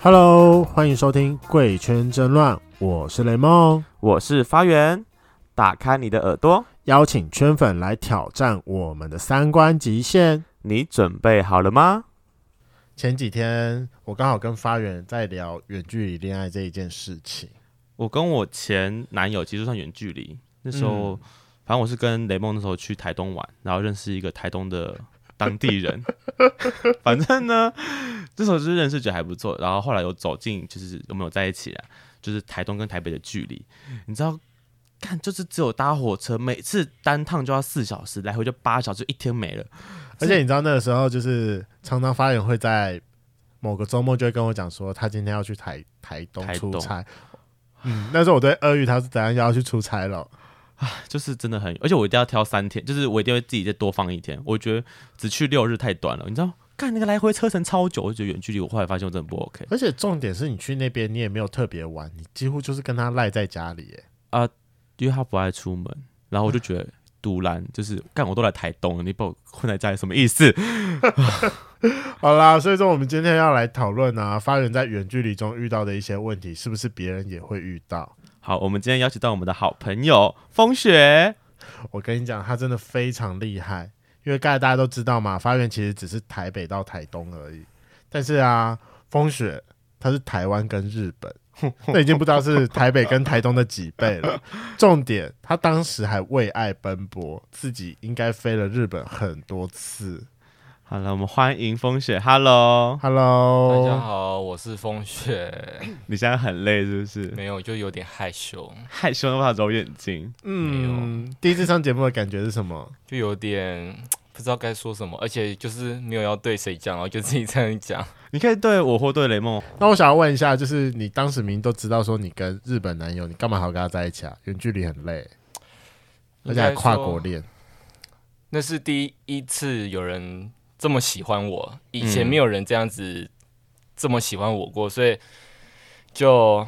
Hello，欢迎收听《贵圈争乱》，我是雷梦，我是发源，打开你的耳朵，邀请圈粉来挑战我们的三观极限。你准备好了吗？前几天我刚好跟发源在聊远距离恋爱这一件事情，我跟我前男友其实算远距离，那时嗯候、反正我是跟雷梦那时候去台东玩，然后认识一个台东的当地人， 反正呢，这时候就是认识觉得还不错，然后后来有走进，就是有没有在一起啊？就是台东跟台北的距离，你知道。看，就是只有搭火车，每次单趟就要四小时，来回就八小时，一天没了。而且你知道那个时候就是常常发源会在某个周末就会跟我讲说，他今天要去台台东台出东差。嗯，那时候我对鳄鱼他是怎样要去出差了，就是真的很，而且我一定要挑三天，就是我一定会自己再多放一天。我觉得只去六日太短了，你知道，干那个来回车程超久，我觉得远距离，我后来发现我真的不 OK 而且重点是你去那边你也没有特别玩，你几乎就是跟他赖在家里耶。啊、因为他不爱出门，然后我就觉得独揽就是干我都来台东了，你把我困在家里什么意思？好啦，所以说我们今天要来讨论啊，发源在远距离中遇到的一些问题，是不是别人也会遇到？好，我们今天邀请到我们的好朋友风雪，我跟你讲，他真的非常厉害，因为刚才大家都知道嘛，发源其实只是台北到台东而已，但是啊，风雪他是台湾跟日本， 那已经不知道是台北跟台东的几倍 了。重点，他当时还为爱奔波，自己应该飞了日本很多次。好了，我们欢迎风雪，Hello，大家 Hello，好，我是风雪，你现在很累是不是？没有就有点害羞，害羞的话揉眼睛，嗯，第一次上节目的感觉是什么？就有点不知道该说什么，而且就是没有要对谁讲，然后就自己这样讲。 你可以对我或对雷梦那我想要问一下，就是你当时明明都知道说你跟日本男友，你干嘛还要跟他在一起啊？远距离很累，而且还跨国应该说，恋。那是第一次有人这么喜欢我，以嗯前没有人这样子这么喜欢我过，所以就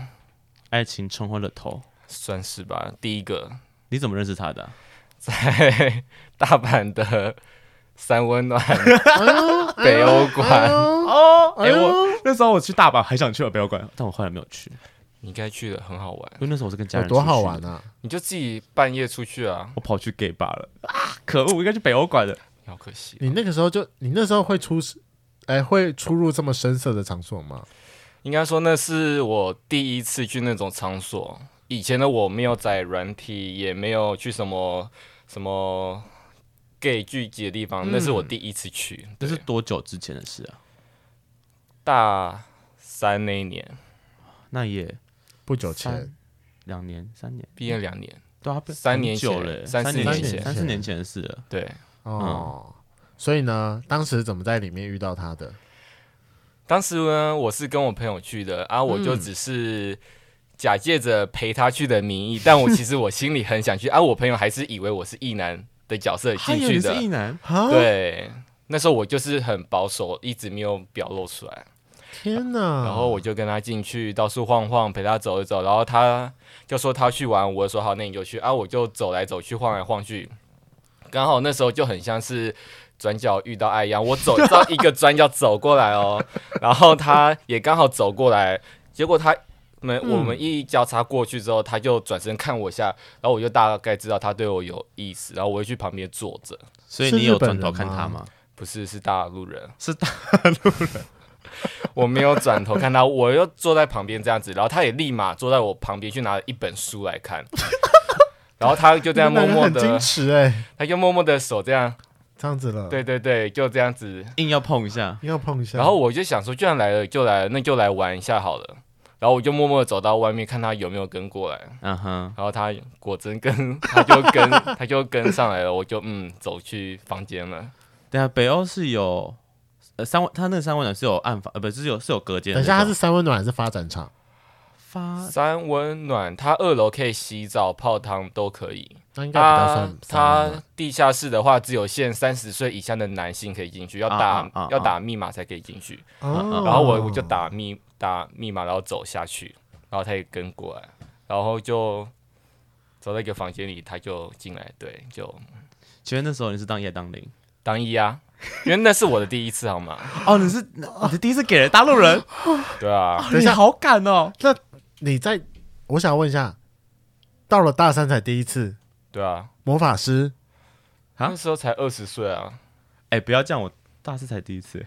爱情冲昏了头，算是吧。第一个你怎么认识他的啊、在大阪的三温暖北欧馆，哦，哎、哎呦我那时候我去大阪，还想去北欧馆，但我后来没有去，你应该去的，很好玩，因为那时候我是跟有家人多好出去玩的，啊！你就自己半夜出去啊，我跑去 gay bar 了啊！可恶，我应该去北欧馆的。好可惜。哦你那个时候就，你那时候会出，哎、会出入这么深色的场所吗？应该说那是我第一次去那种场所。以前的我没有载软体，也没有去什么什么 gay 聚集的地方，那是嗯我第一次去。这就是是多久之前的事啊？大三那一年，那也不久前三，两年、三年，毕业两年，对啊，三年很久了欸，前三四年年前三四年前的事了。对。哦。嗯所以呢，当时怎么在里面遇到他的？当时呢，我是跟我朋友去的啊，我嗯就只是假借着陪他去的名义，但我其实我心里很想去啊。我朋友还是以为我是异男的角色他进以为去你是的，异男，对，那时候我就是很保守，一直没有表露出来。天哪！然后我就跟他进去到处晃晃，陪他走一走。然后他就说他去玩，我就说好，那你就去啊。我就走来走去，晃来晃去。刚好那时候就很像是转角遇到爱一样，我走到一个转角走过来哦，然后他也刚好走过来，结果他们我们一交叉过去之后，他就转身看我一下，然后我就大概知道他对我有意思，然后我就去旁边坐着。所以是你日有本转头人看他吗吗？不是，是大陆人，是大陆人。我没有转头看他，我又坐在旁边这样子，然后他也立马坐在我旁边去拿一本书来看，然后他就这样你默们男人默很矜的，持哎、他就默默的手这样，这样子了，，对对对，就这样子。硬要碰一下，要碰一下。然后我就想说，既然来了就来了，那就来玩一下好了。然后我就默默的走到外面，看他有没有跟过来。嗯哼，然后他果真跟，他就跟，他就跟上来了。我就嗯，走去房间了。对啊，北欧是有。呃，三温，他那个三温暖是有暗房，呃，不是是有是有隔间的等一那种。下，他是三温暖还是发展场？发三温暖，它二楼可以洗澡、泡汤都可以。那应该比较它算三温暖它地下室的话，只有限三十岁以下的男性可以进去，要打、啊啊啊要打密码才可以进去。哦呃然后我我就打密打密码，然后走下去，然后他也跟过来，然后就走到一个房间里，他就进来，对，就请问那时候你是当夜当零？ 当一啊，因为那是我的第一次，好吗？哦，你是你第一次给人大陆人，对啊，等一你下好敢哦！你在，我想问一下，到了大三才第一次对啊，魔法师，啊那时候才二十岁啊，哎、不要这样，我大四才第一次。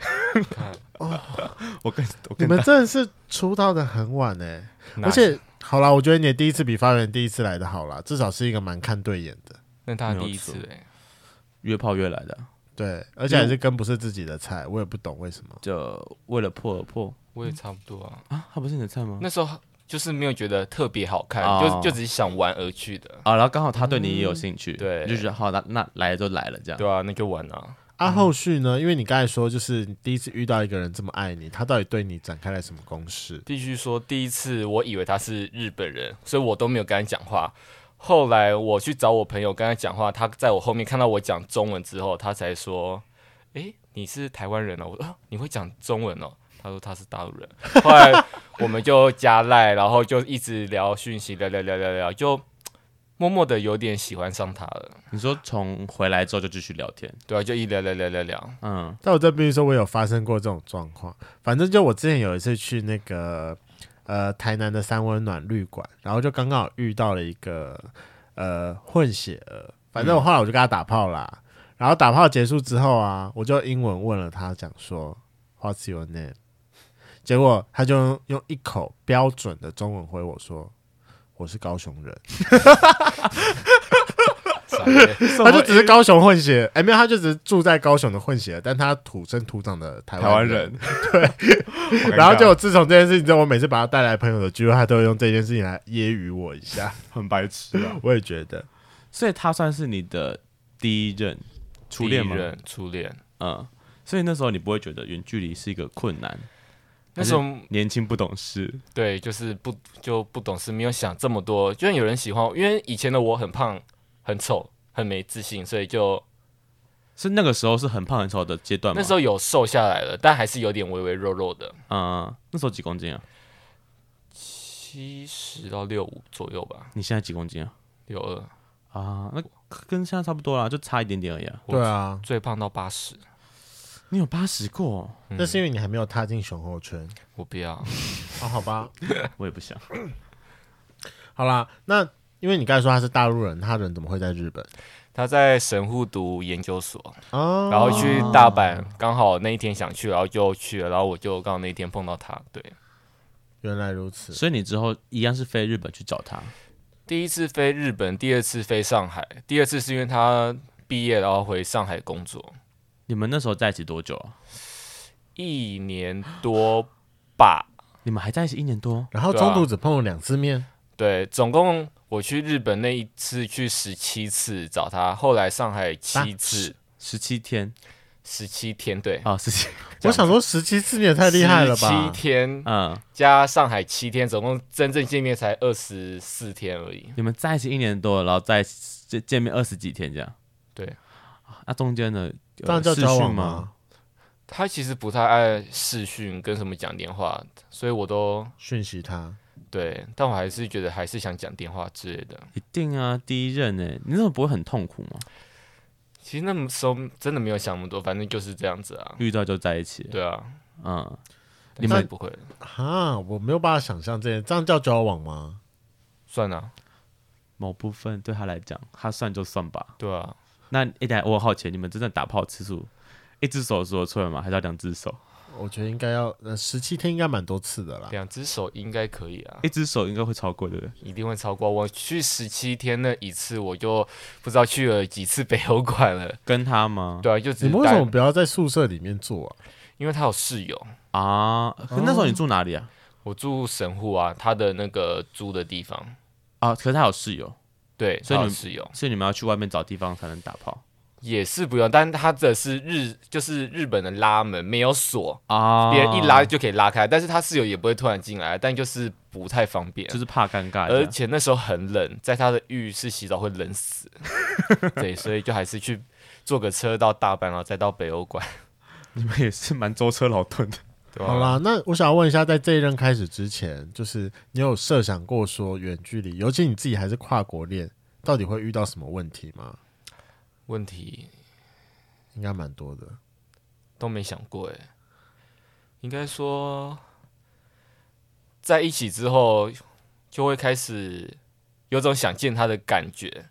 我跟我你跟们真的是出道的很晚哎、哪而且好啦，我觉得你的第一次比发源第一次来的好啦，至少是一个蛮看对眼的。那他没有第一次错哎，约炮约来的，对，而且还是跟不是自己的菜，我也不懂为什么。就为了破而破我也差不多啊，啊，他不是你的菜吗？那时候就是没有觉得特别好看，哦就就只是想玩而去的，啊，然后刚好他对你也有兴趣，对你就觉得好，那那来了就来了这样。对啊，那就玩啊，啊，后续呢？因为你刚才说，就是你第一次遇到一个人这么爱你，他到底对你展开了什么攻势？必须说第一次我以为他是日本人，所以我都没有跟他讲话。后来我去找我朋友跟他讲话，他在我后面看到我讲中文之后，他才说：“诶，你是台湾人哦。”我说、啊：“你会讲中文哦？”他说他是大陆人。后来我们就加赖，然后就一直聊讯息，聊聊聊聊聊，就默默的有点喜欢上他了。你说从回来之后就继续聊天，对啊，就一聊聊聊聊聊。嗯，但我这必须说，我有发生过这种状况。反正就我之前有一次去那个呃台南的三温暖旅馆，然后就刚刚好遇到了一个呃混血儿，反正我后来我就跟他打炮啦。然后打炮结束之后啊，我就英文问了他，讲说 What's your name？结果他就用用一口标准的中文回我说我是高雄人，傻 眼他就只是高雄混血，哎、没有，他就只是住在高雄的混血儿，但他土生土长的台台湾人。人， 然后就自从这件事情之后，我每次把他带来朋友的聚会，他都会用这件事情来揶揄我一下。 很白痴啊。我也觉得，所以他算是你的第一任初恋吗第一？任初恋。嗯，所以那时候你不会觉得远距离是一个困难，那时候年轻不懂事，对，就是不就不懂事，没有想这么多。就算有人喜欢我，因为以前的我很胖、很丑、很没自信，所以就是那个时候是很胖很丑的阶段吗？那时候有瘦下来了，但还是有点微微肉肉的，嗯，那时候几公斤啊？七十到六五左右吧，你现在几公斤啊？六二，啊，那跟现在差不多啦，就差一点点而已啊。对啊，最胖到八十。嗯你有八十过哦、那是因为你还没有踏进熊猴圈。我不要，哦，好吧，我也不 想。好啦，那因为你刚才说他是大陆人，他人怎么会在日本？他在神户读研究所，哦，啊然后去大阪，刚好那一天想去，然后就去了，然后我就刚好那一天碰到他，对。原来如此。所以你之后一样是飞日本去找他，第一次飞日本，第二次飞上海，第二次是因为他毕业然后回上海工作，你们那时候在一起多久啊？一年多吧。你们还在一起一年多？然后中途只碰了两次面，对，总共我去日本那一次去十七次找他，后来上海七次，十七天十七天对，啊，十七，我想说十七次你也太厉害了吧七？天嗯，加上海七天，总共真正见面才二十四天而已。你们在一起一年多了，然后在见见面二十几天这样。对啊，那中间呢？有这样叫视交讯往吗？吗？他其实不太爱视讯跟什么讲电话，所以我都讯息他，对，但我还是觉得还是想讲电话之类的。一定啊，第一任呢、你那时候不会很痛苦吗？其实那时候真的没有想那么多，反正就是这样子啊。遇到就在一起，对啊，嗯，你们不会哈，我没有办法想象这件，这样叫交往吗？算啊，某部分对他来讲，他算就算吧。对啊，那哎、欸，等一下我好奇，你们真的打炮次数，一只手数得出来吗？还是要两只手？我觉得应该要，呃，十七天应该蛮多次的啊啦。啊两只手应该可以啊，一只手应该会超过，对不对？一定会超过。我去十七天那一次，我就不知道去了几次北欧馆了。跟他吗？对啊，就你只们为什是么不要在宿舍里面做啊？因为他有室友，啊，可那时候你住哪里啊？我住神户啊，他的那个租的地方，啊，可是他有室友，对，所以他你有们室友所以你们要去外面找地方才能打炮也是不用，但他的是日，就是日本的拉门没有锁，啊别人一拉就可以拉开，但是他室友也不会突然进来，但就是不太方便，就是怕尴尬这而样，且那时候很冷，在他的浴室洗澡会冷 死。对，所以就还是去坐个车到大阪，然后再到北欧馆。你们也是蛮舟车劳顿的。对啊啊吧好，啦，那我想问一下，在这一任开始之前，就是你有设想过说远距离，尤其你自己还是跨国恋，到底会遇到什么问题吗？问题应该蛮多的。都没想过哎、应该说在一起之后，就会开始有种想见他的感觉，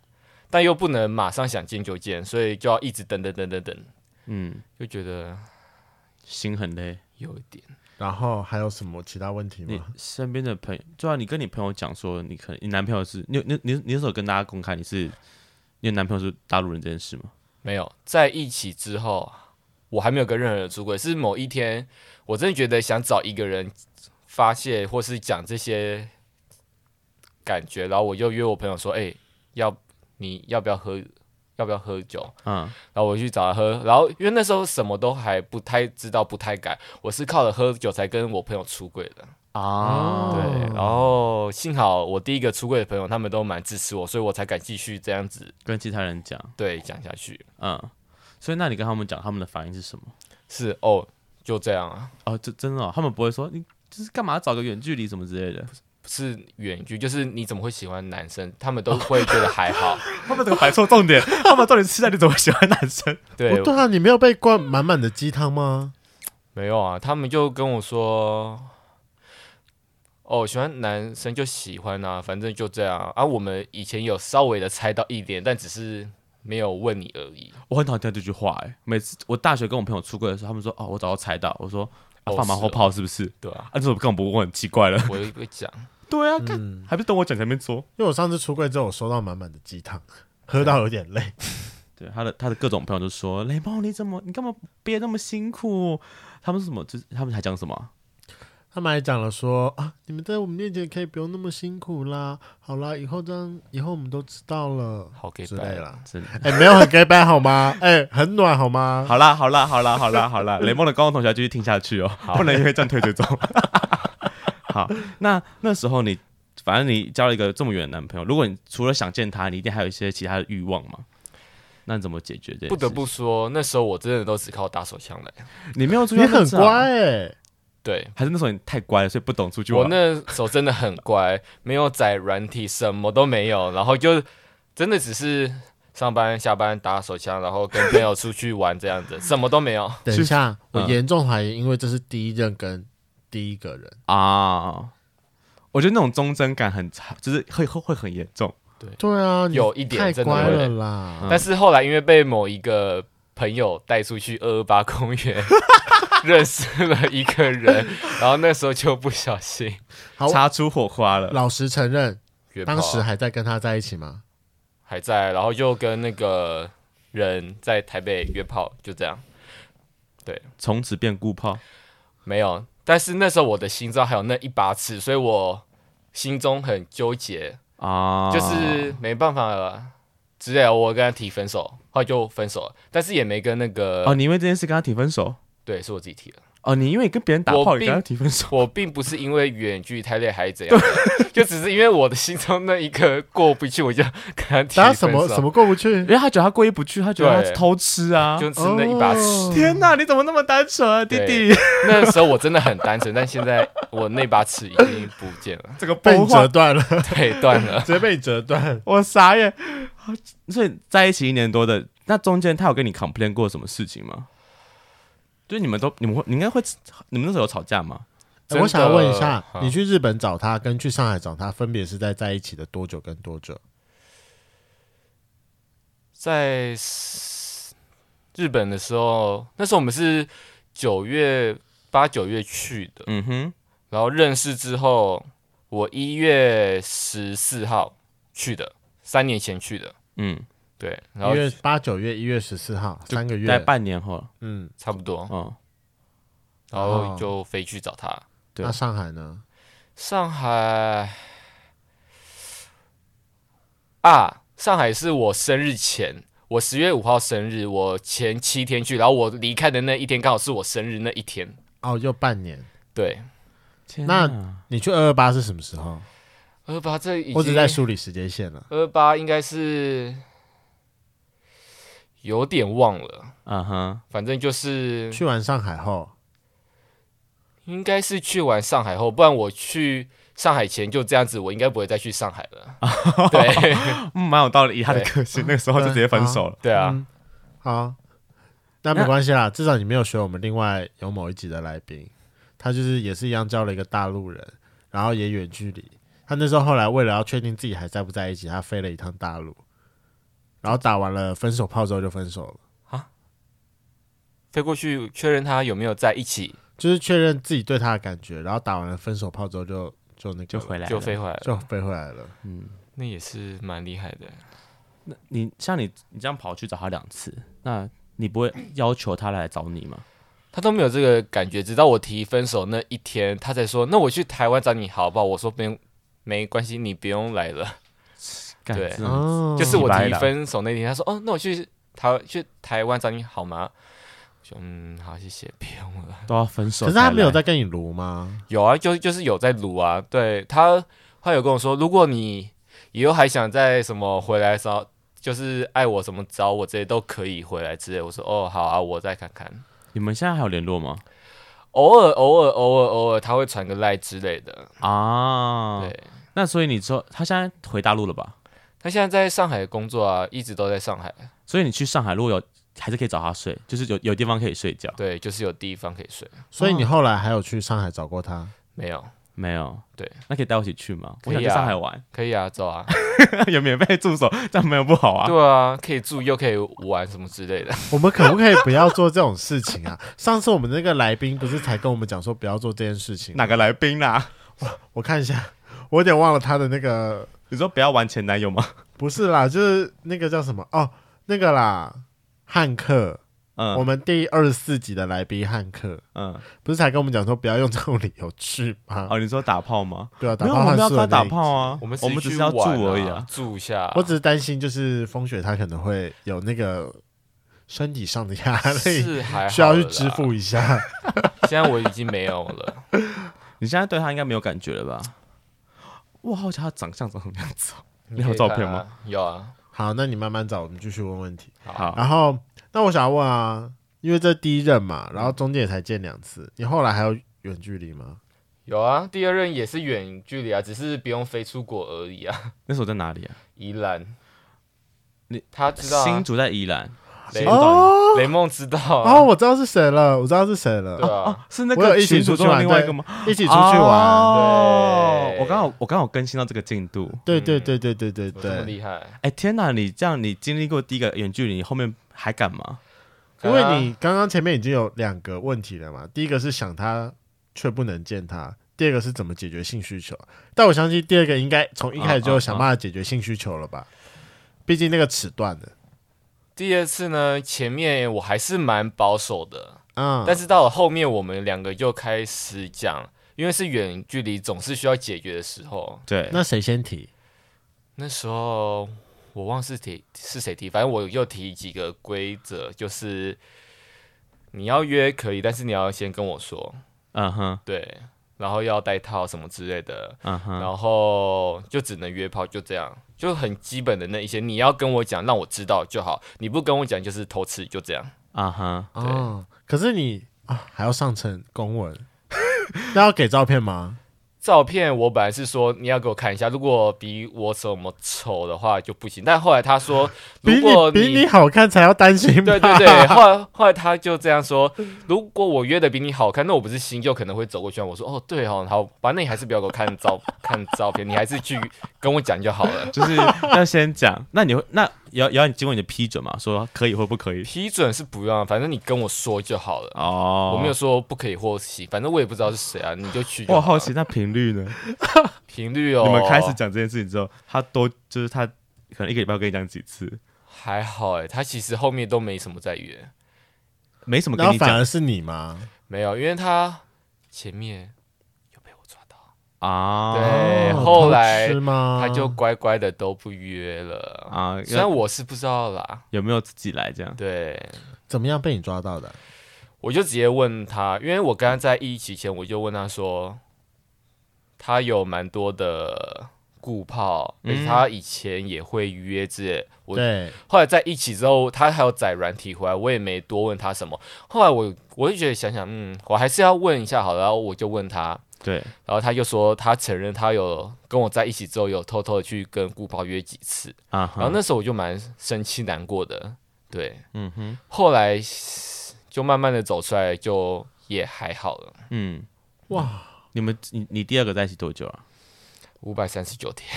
但又不能马上想见就见，所以就要一直等等等等等， 嗯，就觉得心欸很累。有一点。然后还有什么其他问题你吗？身边的朋友，就啊，你跟你朋友讲说，你可能你男朋友是你你你你那时候跟大家公开你是你的男朋友是大陆人这件事吗？没有在一起之后，我还没有跟任何人出轨，是某一天我真的觉得想找一个人发泄或是讲这些感觉，然后我就约我朋友说：“哎、要你要不要喝？要不要喝酒？”嗯，然后我去找他喝，然后因为那时候什么都还不太知道，不太敢，我是靠着喝酒才跟我朋友出轨的。啊对，然后幸好我第一个出柜的朋友，他们都蛮支持我，所以我才敢继续这样子跟其他人讲，对讲下去。嗯，所以那你跟他们讲，他们的反应是什么？是哦，就这样啊，哦，这真的、哦，他们不会说你就是干嘛找个远距离什么之类的，不是远距，就是你怎么会喜欢男生？他们都会觉得还哦好。 他们这个摆错重 点，他们到底是在你怎么喜欢男生？对不，对啊，你没有被灌满满的鸡汤吗？没有啊，他们就跟我说。哦，喜欢男生就喜欢啊，反正就这样啊。啊我们以前有稍微的猜到一点，但只是没有问你而已。我很讨厌听到这句话哎、每次我大学跟我朋友出柜的时候，他们说哦，我早就猜到，我说、啊、哦放马后炮是不是？对啊，啊，这种根本不问，很奇怪 了。我也会讲，对啊，看、还不是等我讲前面说。因为我上次出柜之后，我收到满满的鸡汤， 喝到有点累。对他的他的各种朋友就说雷梦你怎么你干嘛憋那么辛苦？他们是什么？就是他们还讲什么啊？他们还讲了说啊，你们在我们面前可以不用那么辛苦啦，好啦，以后这样，以后我们都知道了好给之类白。啦。真的哎、没有很 gay 白好吗？哎、很暖好 吗？好啦好啦好啦好啦好 啦，雷梦的高中同学要继续听下去哦，不能因为这样退 追踪。好，那那时候你反正你交了一个这么远的男朋友，如果你除了想见他，你一定还有一些其他的欲望嘛？那你怎么解决这件事？不得不说，那时候我真的都只靠打手枪来。你没有出去你认很识啊乖哎、对还是那时候你太乖了，所以不懂出去玩我。那时候真的很乖，没有载软体，什么都没有，然后就真的只是上班、下班打手枪，然后跟朋友出去玩这样 子，什么都没有。等一下，我嗯严重怀疑，因为这是第一任跟第一个人，啊，我觉得那种忠贞感很差，就是会会会很严重。对啊，你有一点太真的乖会了啦。嗯但是后来因为被某一个朋友带出去二二八公 园，认识了一个人，然后那时候就不小心好擦出火花了。老实承认，约炮啊当时还在跟他在一起吗？还在，然后又跟那个人在台北约炮，就这样从此变固炮，没有。但是那时候我的心脏还有那一把尺，所以我心中很纠结，啊，就是没办法了。之类的，我跟他提分手，后来就分手了，但是也没跟那个，哦，你因为这件事跟他提分手，对，是我自己提的。哦，你因为跟别人打炮，我你并跟他提分手，我并不是因为远距太累还是怎样 的，就只是因为我的心中那一个过不去，我就跟他提大家分什手，么什么过不去 因？为他觉得他过意不去，他觉得他对偷吃啊。就吃那一把尺。哦天哪，你怎么那么单纯啊，弟弟？那时候我真的很单纯，但现在我那把尺已经不见 了，这个被崩你坏折，断了， 直对，断了。接被你折断。我傻眼。所以在一起一年多的，那中间他有跟你 complain 过什么事情吗？就是你们都，你们会，你应该会，你们那时候有吵架吗？哎真的我想要问一下，好你去日本找他跟去上海找他，分别是在在一起的多久跟多久？在日本的时候，那时候我们是九月八九月去的，嗯哼，然后认识之后，我一月十四号去的，三年前去的，嗯，对，然一后月八九月一月十四号，三个大概月。半年后，嗯，差不多，哦，然后就飞去找他。对那上海呢？上海啊，上海是我生日前，我十月五号生日，我前七天去，然后我离开的那一天刚好是我生日那一天。哦，又半年。对，天那哪你去二二八是什么时候？二八这已我只在经梳理时间线了。二八应该是有点忘了，嗯哼，反正就是去完上海后，应该是去完上海后，不然我去上海前就这样子，我应该不会再去上海了。对 啊嗯，蛮有道理。以他的个性，那个时候就直接分手了。对啊，嗯，好，那没关系啦，至少你没有学我们另外有某一集的来宾，他就是也是一样交了一个大陆人，然后也远距离。他那时候后来为了要确定自己还在不在一起，他飞了一趟大陆，然后打完了分手炮之后就分手了，飞过去确认他有没有在一起，就是确认自己对他的感觉，然后打完了分手炮之后就就那个就回来了就飞回来了。就飞回来了。嗯，那也是蛮厉害的。那你像你你这样跑去找他两次，那你不会要求他来找你吗？他都没有这个感觉，直到我提分手那一天，他才说：“那我去台湾找你好不好？”我说：“不用，没关系，你不用来了。干对这种哦，就是我明白提了分手那天，他说：“哦，那我去台去台湾找你好吗？”我说：“嗯，好，谢谢，别用了。都要分手，可是他没有在，跟你撸吗？”有啊，就就是有在撸啊。对他，他有跟我说，如果你以后还想再什么回来找，就是爱我什么找我这些都可以回来之类。我说：“哦，好啊，我再看看。”你们现在还有联络吗？偶尔偶尔偶尔偶尔他会传个赖之类的。啊，对，那所以你说他现在回大陆了吧？他现在在上海工作啊，一直都在上海。所以你去上海，如果有还是可以找他睡，就是有有地方可以睡觉。对，就是有地方可以睡。所以你后来还有去上海找过他？没有，没有，对，那可以带我一起去吗？可我以啊想去上海玩，可以啊，走啊， 有免费住宿， 这样没有不好啊。对啊，可以住又可以玩什么之类的。我们可不可以不要做这种事情啊？ 上次我们那个来宾不是才跟我们讲说不要做这件事情？哪个来宾啊啦、我看一下，我有点忘了他的那个， 你说不要玩前男友吗？不是啦，就是那个叫什么哦，那个啦，汉克，我嗯们第二十四集的来宾汉克，嗯，不是才跟我们讲说不要用这种理由去吗？哦，你说打炮吗？对啊，打没有，炮我们换不要宿他的那打一集炮。啊，我们我们只只是是要去住玩而已啊。，住一下。我只是担心，就是风雪他可能会有那个身体上的压力，是还好需要去支付了一下。啦。现在我已经没有了。你现在对他应该没有感觉了吧？我好奇他长相长什么样子哦。你有可以照看片啊吗？？有啊。好，那你慢慢找，我们继续问问题。好，然后，那我想要问啊，因为这第一任嘛，然后中间也才见两次，你后来还有远距离吗？有啊，第二任也是远距离啊，只是不用飞出国而已啊。 那时候在哪里啊？宜兰，你他知道、啊新，竹在宜兰，雷新竹到哦宜雷梦知道、啊，哦，我知道是谁了，我知道是谁了，对啊，是那我有个一起群主出去中的玩另外一对个吗？一起出去玩。哦对我刚好我刚好更新到这个进度。对对对对对对有这么对，厉害，哎、天哪！你这样，你经历过第一个远距离，你后面还敢吗？因为你刚刚前面已经有两个问题了嘛，第一个是想他却不能见他。第二个是怎么解决性需求？但我相信第二个应该从一开始就想办法解决性需求了吧，毕竟那个尺断的第二次呢，前面我还是蛮保守的，啊。但是到了后面我们两个就开始讲，因为是远距离，总是需要解决的时候。对，那谁先提？那时候我忘是提是谁提，反正我又提几个规则，就是你要约可以，但是你要先跟我说，嗯哼，对，然后要带套什么之类的，嗯哼，然后就只能约炮，就这样，就很基本的那一些，你要跟我讲，让我知道就好，你不跟我讲就是偷吃，就这样。啊哈，对哦，可是你啊还要上层公文， 那要给照片吗？照片我本来是说你要给我看一下，如果比我什么丑的话就不行，但后来他说， 比 如果你比你好看才要担心吧？对对 对，后来后来他就这样说，如果我约的比你好看，那我不是心就可能会走过去吗。我说哦对哦，好吧，那你还是不要给我看照 看照片，你还是去跟我讲就好了。 就是 要先讲。那你会那也要也要你经过你的批准嘛？说可以或不可以？批准是不用啊，反正你跟我说就好了。哦，我没有。说不可以获喜，反正我也不知道是谁啊，你就去就我好。好奇那频率呢？频率哦，你们开始讲这件事情之后，他多就是他可能一个礼拜跟你讲几次，还好哎、他其实后面都没什么在约，没什么然跟后你反讲而是你吗？没有，因为他前面有被我抓到，啊。对哦哎后来偷吃吗？他就乖乖的都不约了。啊，虽然要我是不知道啦，有没有自己来这样？对，怎么样被你抓到的？我就直接问他，因为我跟他在一起前，我就问他说，他有蛮多的顾炮，而且他以前也会约之类，我对，后来在一起之后，他还有载软体回来，我也没多问他什么。后来我我就觉得想想，嗯，我还是要问一下好了。然后我就问他，对，然后他就说他承认他有跟我在一起之后有偷偷的去跟顾宝约几次。啊然后哈，那时候我就蛮生气难过的，对，嗯哼，后来就慢慢的走出来，就也还好了，嗯，哇，你们你你第二个在一起多久啊？五百三十九天，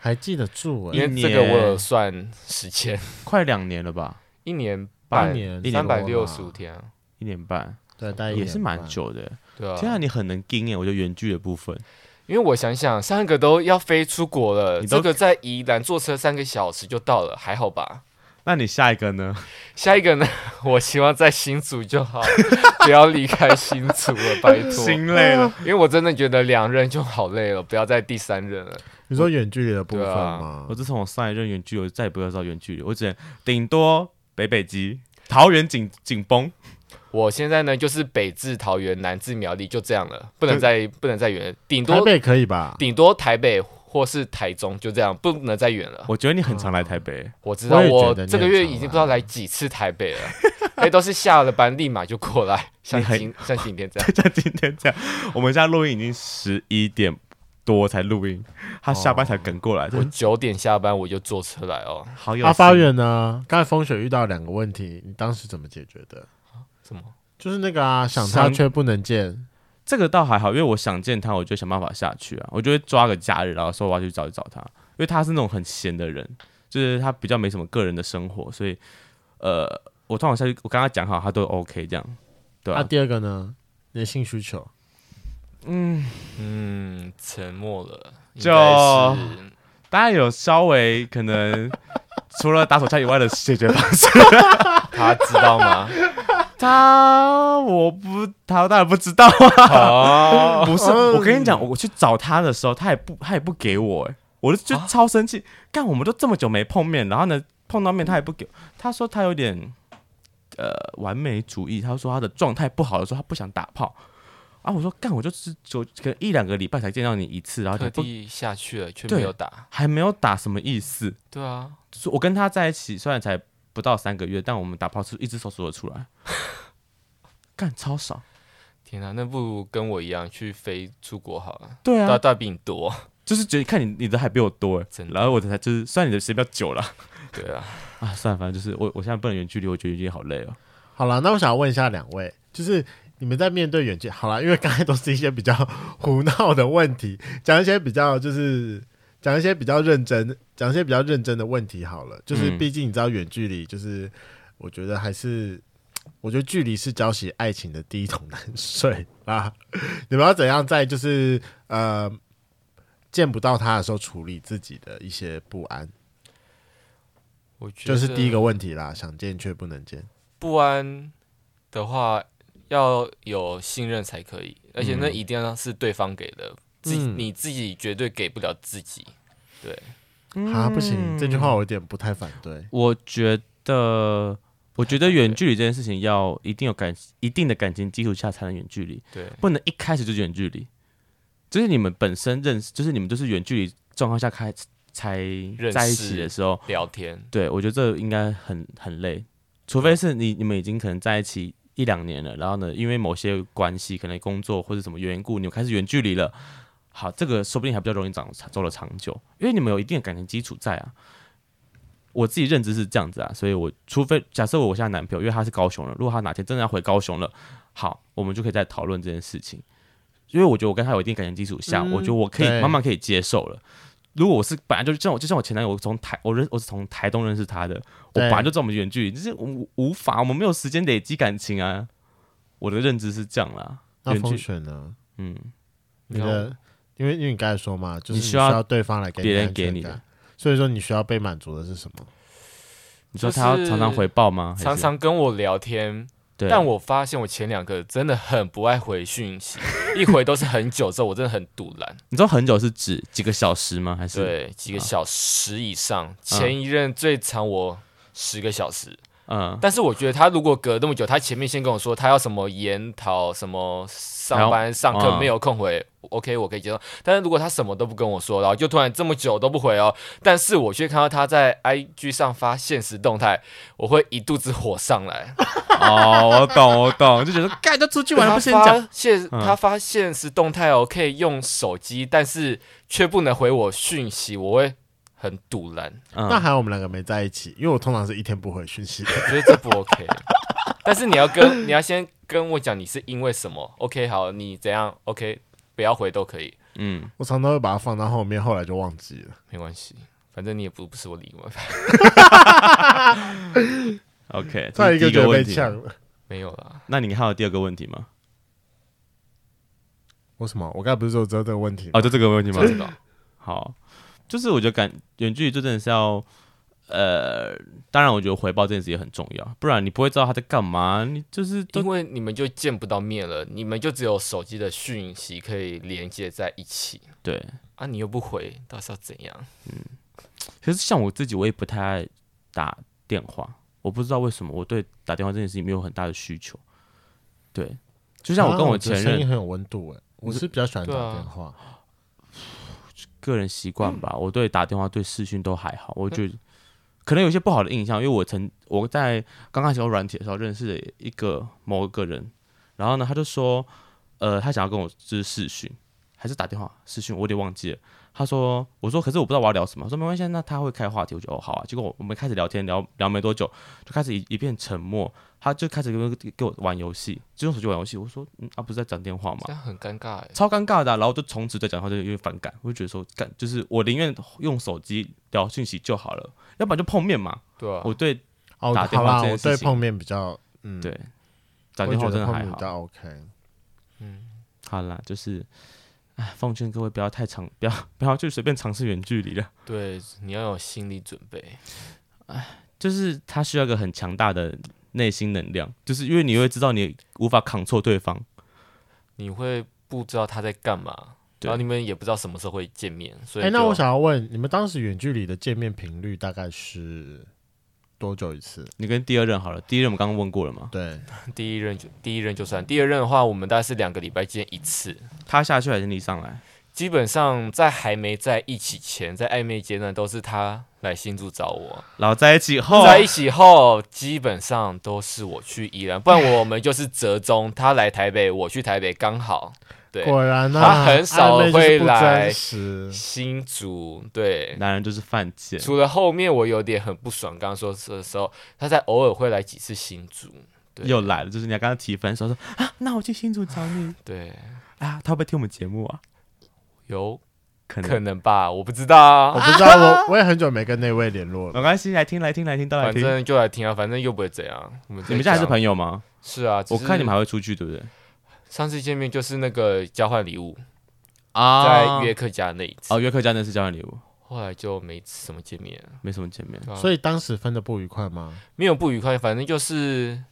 还记得住哎、一因为这个我有算时间，快两年了吧，一年一半，年三百六十多五嘛，天啊，一年半对，大概一也是年蛮半。久的。对啊，天啊，你很能盯耶！我觉得远距的部分，因为我想想，三个都要飞出国了，你这都个在宜兰坐车三个小时就到了，还好吧？那你下一个呢？下一个呢？ 我希望在新竹就好， 不要离开新竹了，拜 托。心累了。因为我真的觉得两任就好累了，不要再第三任了。你说远距离的部分对啊吗我？自从我上一任远距，我再也不要知道远距离，我只能顶多北北极、桃园紧紧绷。我现在呢，就是北至桃园，南至苗栗，就这样了，不能再不能再远，顶台多北可以吧？顶多台北或是台中，就这样，不能再远了。我觉得你很常来台北，我知道，我也觉我得你这个很啊月常已经来不知道来几次台北了， 哎，都是下了班立马就过来， 像你很今像今天这样。 像今天这样，我们现在录音已经十一点多才录音，他下班才赶过来，我九点下班我就坐车来哦。好有阿发心远呢？刚才风雪遇到两个问题，你当时怎么解决的？什么？就是那个啊，想他想却不能见，这个倒还好，因为我想见他，我就想办法下去啊。我就会抓个假日，然后说我要去找一找他，因为他是那种很闲的人，就是他比较没什么个人的生活，所以呃，我通常下去，我跟他讲好，他都 OK 这样，对啊那、吧、啊啊第二个呢？你的性需求，嗯，嗯，沉默了，应就该是大家有稍微可能除了打手枪以外的解决方式，他知道 吗？ 他我不，他当然不知道啊。哦，不是，我跟你讲，我去找他的时候，他也不，他也不给我、欸，我就就啊超生气。干、我们都这么久没碰面，然后呢，碰到面嗯他也不给我，他说他有点呃完美主义，他说他的状态不好的时候，他不想打炮。啊，我说干，我就是就可能一两个礼拜才见到你一次，然后特你不地下去了却对没有打。还没有打，什么意思？对啊，就是我跟他在一起虽然才不到三个月，但我们打炮是一只手数得出来， 干超少。天哪，那不如跟我一样去飞出国好了，对啊大，大比你多。就是觉得看你你的还比我多哎真，的然后我的才就是虽然你的时间比较久了对啊， 啊，算了，反正就是我我现在不能远距离，我觉得远距离好累哦。好了，那我想问一下两位，就是你们在面对远距，好了，因为刚才都是一些比较胡闹的问题，讲一些比较就是讲一些比较认真，讲一些比较认真的问题好了，就是嗯毕竟你知道远距离，就是我觉得还是。我觉得距离是浇熄爱情的第一桶冷水啦。 你们要怎样在就是呃见不到他的时候处理自己的一些不安？我觉就得是第一个问题啦，想见却不能见。不安的话，要有信任才可以，而且那嗯一定要是对方给的，自己嗯你自己绝对给不了自己。对，啊，不行，这句嗯话我有点不太反对。我觉得，我觉得远距离这件事情要一定有感一定的感情基础下才能远距离，对，不能一开始就是远距离，就是你们本身认识，就是你们就是远距离状况下开才识嗯在一起的时候，聊天，对我觉得这应该很很累，除非是你你们已经可能在一起一两年了，然后呢，因为某些关系，可能工作或者什么缘故，你们开始远距离了，好，这个说不定还比较容易长走得长久，因为你们有一定的感情基础在啊。我自己认知是这样子啊，所以我除非假设我现在男朋友，因为他是高雄人，如果他哪天真的要回高雄了，好，我们就可以再讨论这件事情，因为我觉得我跟他有一定感情基础下，嗯我觉得我可以对慢慢可以接受了。如果我是本来就是这种，就像我前男友，我从台我认我是从台东认识他的，我对本来就这么远距离，就是我们无法，我们没有时间累积感情啊。我的认知是这样啦，那远距风雪呢？嗯，你看我的，因为因为你刚才说嘛，就是你你需需要要对方来给别人安全给你的嗯感，所以说你需要被满足的是什么？你说就是他要常常回报吗？还是常，常跟我聊天，对，但我发现我前两个真的很不爱回讯息，一回都是很久之后，我真的很堵然。你知道很久是指几个小时吗？还是啊对，几个小时以上，前一任最长我十个小时，嗯，但是我觉得他如果隔那么久，他前面先跟我说他要什么研讨、什么上还班、上课嗯没有空回、o k 我可以接受。但是如果他什么都不跟我说，然后就突然这么久都不回哦，但是我却看到他在 IG 上发现实动态，我会一肚子火上来。哦，我懂，我懂，就觉得干就出去玩了，他不先讲，发现嗯他发现实动态哦，可以用手机，但是却不能回我讯息，我会很堵然， 那嗯，还好我们两个没在一起，因为我通常是一天不回讯息的。我觉得这不 OK。但是你要跟你要先跟我讲你是因为什么，OK 好，你怎样 OK 不要回都可以，嗯，我常常会把它放到后面，后来就忘记了。没关系，反正你也不不是我 礼物， OK， 再这来是一个第一就个被问题。啊呛了。没有啦，那你还有第二个问题吗？为什么？我刚才不是说我知道这个问题吗？哦，就这个问题吗 就？这个好，就是我觉得感远距离就真的是要，呃，当然我觉得回报这件事也很重要，不然你不会知道他在干嘛。你就是都因为你们就见不到面了，你们就只有手机的讯息可以连接在一起对，啊，你又不回，到底是要怎样？可是像我自己，我也不太爱打电话，我不知道为什么我对打电话这件事情没有很大的需求。对，就像我跟啊我觉得前声音任很有温度哎、我是比较喜欢打对啊电话，个人习惯吧，我对打电话、对视讯都还好。我觉得可能有一些不好的印象，因为我曾我在刚开始用软体的时候认识了一个某个人，然后呢，他就说，呃，他想要跟我就是视讯还是打电话视讯，我有点忘记了。他说，我说可是我不知道我要聊什么，他说没关系，那他会开话题，我就哦好啊。结果我我们开始聊天，聊聊没多久就开始一一片沉默，他就开始给我给我玩游戏，就用手机玩游戏。我说，嗯啊，不是在讲电话吗这？样很尴尬哎、超尴尬的啊、然后就从此对讲话就有点反感，我就觉得说，干就是我宁愿用手机聊讯息就好了，要不然就碰面嘛。对啊，我对哦，打电好话啦，这件我事情对碰面比较，嗯，对打电话我真觉得的还碰面比好。较 OK。好啦，就是，哎，奉劝各位不要太尝，不要不要去随便尝试远距离了，对，你要有心理准备。就是他需要一个很强大的内心能量，就是因为你会知道你无法扛错对方。你会不知道他在干嘛，对然后你们也不知道什么时候会见面，所以哎、那就我想要问，你们当时远距离的见面频率大概是多久一次？你跟第二任好了，第一任我们刚刚问过了嘛，对，第一任就第一任就算，第二任的话，我们大概是两个礼拜见一次，他下去还是你上来？基本上在还没在一起前，在暧昧阶段都是他来新竹找我，然后在一起后，在一起后基本上都是我去宜兰，不然我们就是折中，他来台北，我去台北刚好，对，果然啊，他很少暧昧就是不会来真实。新竹对。男人就是犯贱，除了后面我有点很不爽，刚刚说的时候，他在偶尔会来几次新竹，对又来了，就是你要跟他提分手说啊，那我去新竹找你，对，啊，他会不会听我们节目啊？有可能，可能吧，我不知道啊我，不 知道，我我也很久没跟那位联络了。没关系，来听来听来听，都来反听。正就来听啊，反正又不会怎样。我们你们现在还是友？朋友吗？是啊，我看你们还还会出去，对不对？上次见面就是那个交换礼物，啊在约克家那一次哦，，约客家那是交换礼物，后来就没什么见面了，没什么见面。对啊所以当时分的不愉快吗？没有不愉快，反正就是。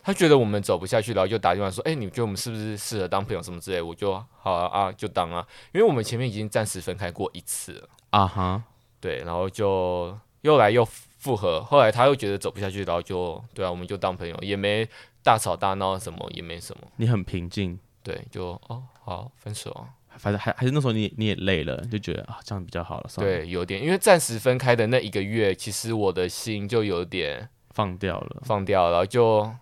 他觉得我们走不下去，然后就打电话说：“哎、你觉得我们是不是适合当朋友什么之类的？”我就好啊啊，就当啊，因为我们前面已经暂时分开过一次了，啊哈，对，然后就又来又复合，后来他又觉得走不下去，然后就对啊，我们就当朋友，也没大吵大闹什么，也没什么，你很平静，对，就哦好分手啊，反正还还是那时候你你也累了，就觉得啊这样比较好了，算了，对，有点，因为暂时分开的那一个月，其实我的心就有点放掉了。放掉，然后就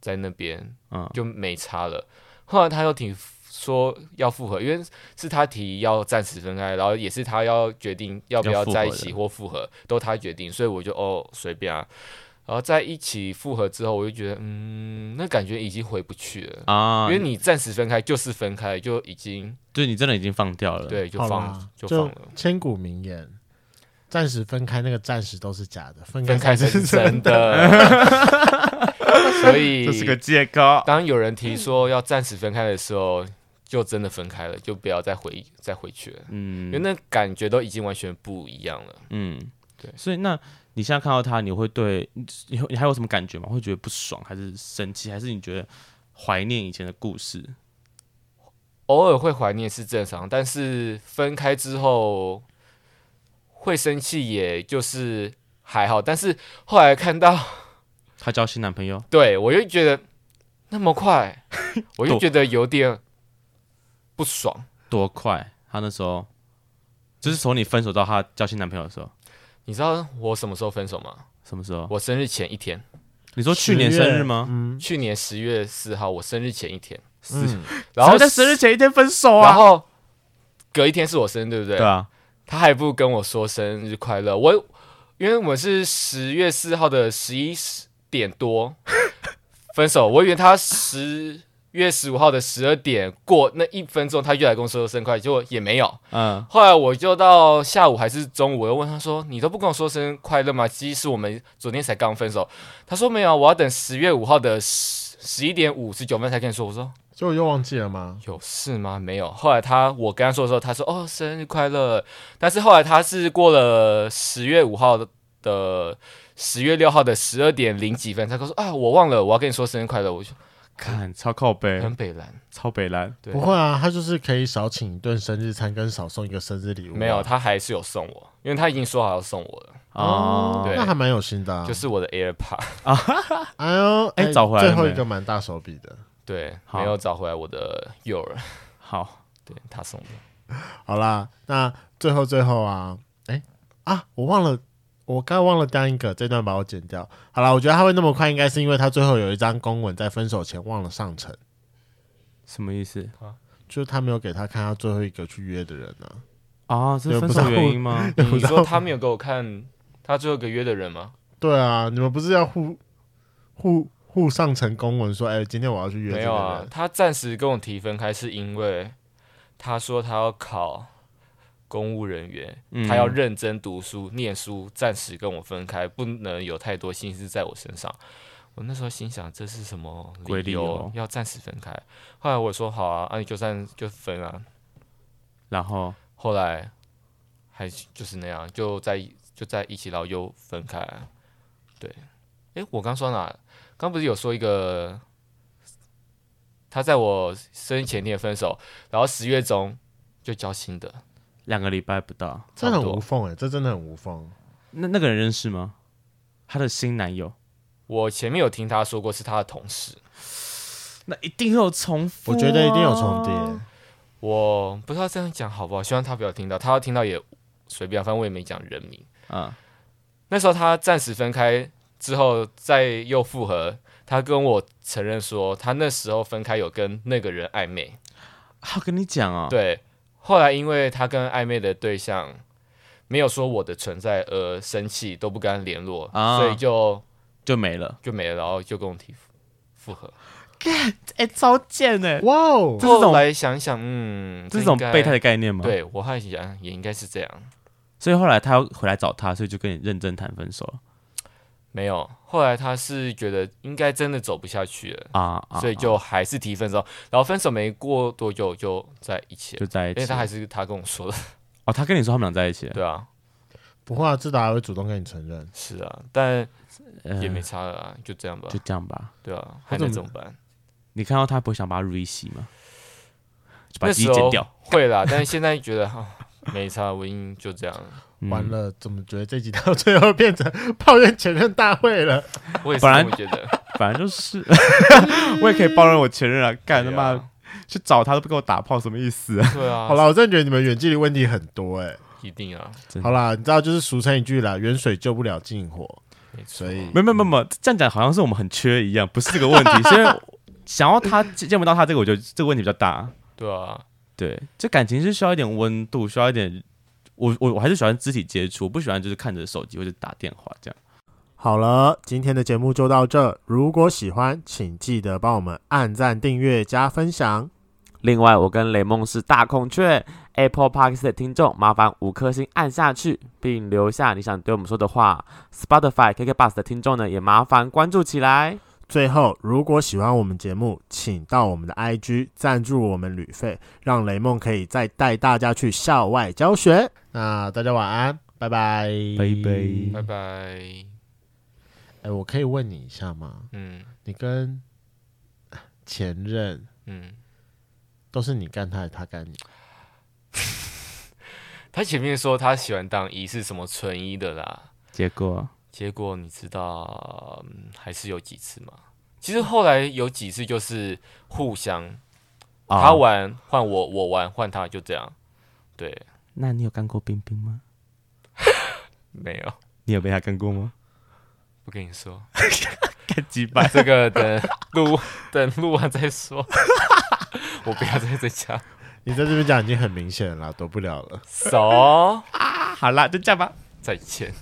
在那边嗯，就没差了。后来他又提说要复合，因为是他提要暂时分开，然后也是他要决定要不要要复在一合起的或复合，都他决定，所以我就哦随便啊。然后在一起复合之后，我就觉得嗯，那感觉已经回不去了，啊因，为你暂时分开就是分开，就已经就是你真的已经放掉了。，对就好放啦，就放了。千古名言：暂时分开，那个暂时都是假的，分分开开才才是是真真的。的。所以 这，是个借口。当有人提说要暂时分开的时候，就真的分开了，就不要再回再回去了，因为嗯那感觉都已经完全不一样了。嗯，对所以那你现在看到他，你会对你你会你还有什么感觉吗？会觉得不爽，还是生气，还是你觉得怀念以前的故事？偶尔会怀念是正常，但是分开之后会生气，也就是还好。但是后来看到，他交新男朋友，对我又觉得那么快， 我又懂觉得有点不爽。多快？他那时候就是从你分手到他交新男朋友的时候，你知道我什么时候分手吗？什么时候？我生日前一天。你说去年生日吗？嗯，去年十月四号我生日前一天，是，然后在生日前一天分手然啊？后隔一天是我生日，对不对？对啊，他还不跟我说生日快乐。我因为我们是十月四号的十一点 多分手，我以为他十月十五号的十二点过那一分钟，他就来跟我说生日快乐，结果也没有。嗯，后来我就到下午还是中午，我又问他说：“你都不跟我说生日快乐吗？”其实我们昨天才刚分手。他说：“没有，啊我要等十月五号的十十一点五十九分才跟你说。”我说就又忘记了吗？：“有事吗？没有。”后来他我跟他说的时候，他说：“哦，生日快乐。”但是后来他是过了十月五号的十月六号的十二点零几分，他跟我说：“啊，我忘了，我要跟你说生日快乐。”我就看超靠北，很北蓝，超北蓝，对不，会啊，他就是可以少请一顿生日餐，跟少送一个生日礼物啊、没有，他还是有送我，因为他已经说好要送我了，哦，对那还蛮有心的、啊。就是我的 AirPod。哎呦，哎找回来了最后没一个蛮大手笔的。对，好没有找回来我的诱饵，好， 对他送的。好啦，那最后最后啊，哎、啊，我忘了，我刚忘了当一个，这段把我剪掉。好啦，我觉得他会那么快，应该是因为他最后有一张公文在分手前忘了上呈，什么意思就是他没有给他看他最后一个去约的人呢、啊。啊？这有是不分知道手原因吗？你说他没有给我看他最后一个约的人吗？对啊，你们不是要互互互上呈公文说，哎、今天我要去约这个没人有啊，他暂时跟我提分开是因为他说他要考公务人员， 嗯他要认真读书念书，暂时跟我分开，不能有太多心思在我身上。我那时候心想这是什么鬼理由要暂时分开？后来我说好啊，啊你就算就分啊，然后后来还是就是那样，就在就在一起，然后又分开。对，诶，我刚说哪？刚不是有说一个，他在我生日前天分手，然后十月中就交新的，两个礼拜不到，这很差不多无缝哎、这真的很无缝。那那个人认识吗？他的新男友，我前面有听他说过是他的同事，那一定会有重复啊、我觉得一定有重叠。我不知道这样讲好不好，希望他不要听到，他要听到也随便，反正我也没讲人名。啊，那时候他暂时分开之后，再又复合，他跟我承认说，他那时候分开有跟那个人暧昧。好跟你讲啊，，对，后来因为他跟暧昧的对象没有说我的存在而生气，都不跟他联络，啊所以就就没了。就没了，然后就跟我提复复合。哎、超贱哎、哇哦，这是种后来想想，嗯，这是种应该备胎的概念吗？，对我后来想也应该是这样。所以后来他要回来找他，所以就跟你认真谈分手了没有，后来他是觉得应该真的走不下去了，啊啊，所以啊就还是提分手。然后分手没过多久就在一起了。就在一因为起他。还是他跟我说的，哦，他跟你说他们俩在一起，对啊，不会啊，至达还会主动跟你承认。是啊，但呃也没差了啊，就这样吧就，这样吧。对啊，我还怎么能怎么办？你看到他不会想把他 re 洗吗？就把那自己时剪候掉，会啦， 但是现在觉得哈没差，我已经就这样了。嗯完。了，怎么觉得这集到最后变成抱怨前任大会了？我也是本来这么觉得，反正就是， 我也可以包容我前任啊，干他对妈啊去找他都不给我打炮，什么意思啊？ 对啊，好了，我真的觉得你们远距离问题很多哎、一定啊，嗯好啦，你知道就是俗称一句啦，远水救不了近火。没错啊所，以没有没有没有没有，这样讲好像是我们很缺一样，不是这个问题， 所以想要他见见不到他这个，我觉得这个问题比较大。对啊，对，这感情是需要一点温度，需要一点，我我我还是喜欢肢体接触，我不喜欢就是看着手机或者打电话这样。好了，今天的节目就到这。如果喜欢，请记得帮我们按赞、订阅、加分享。另外，我跟雷梦是大孔雀 Apple Park 的听众，麻烦五颗星按下去，并留下你想对我们说的话。Spotify KK Bus 的听众呢，也麻烦关注起来。最后，如果喜欢我们节目，请到我们的 IG 赞助我们旅费，让雷梦可以再带大家去校外教学。那大家晚安，拜拜，拜拜拜拜，哎、我可以问你一下吗？嗯你跟前任嗯，都是你干他，还是他干你？他前面说他喜欢当一是什么纯一的啦，结果结果你知道、嗯还是有几次嘛？其实后来有几次就是互相，哦啊他玩换我，我玩换他，就这样。对，那你有干过冰冰吗？ 没有，你有被他干过 吗？不跟你说，？干几百这 个等录等录完再说。我不要在这家，你在这边讲已经很明显了啦，躲不了了。走，啊好啦，就这样吧。再见。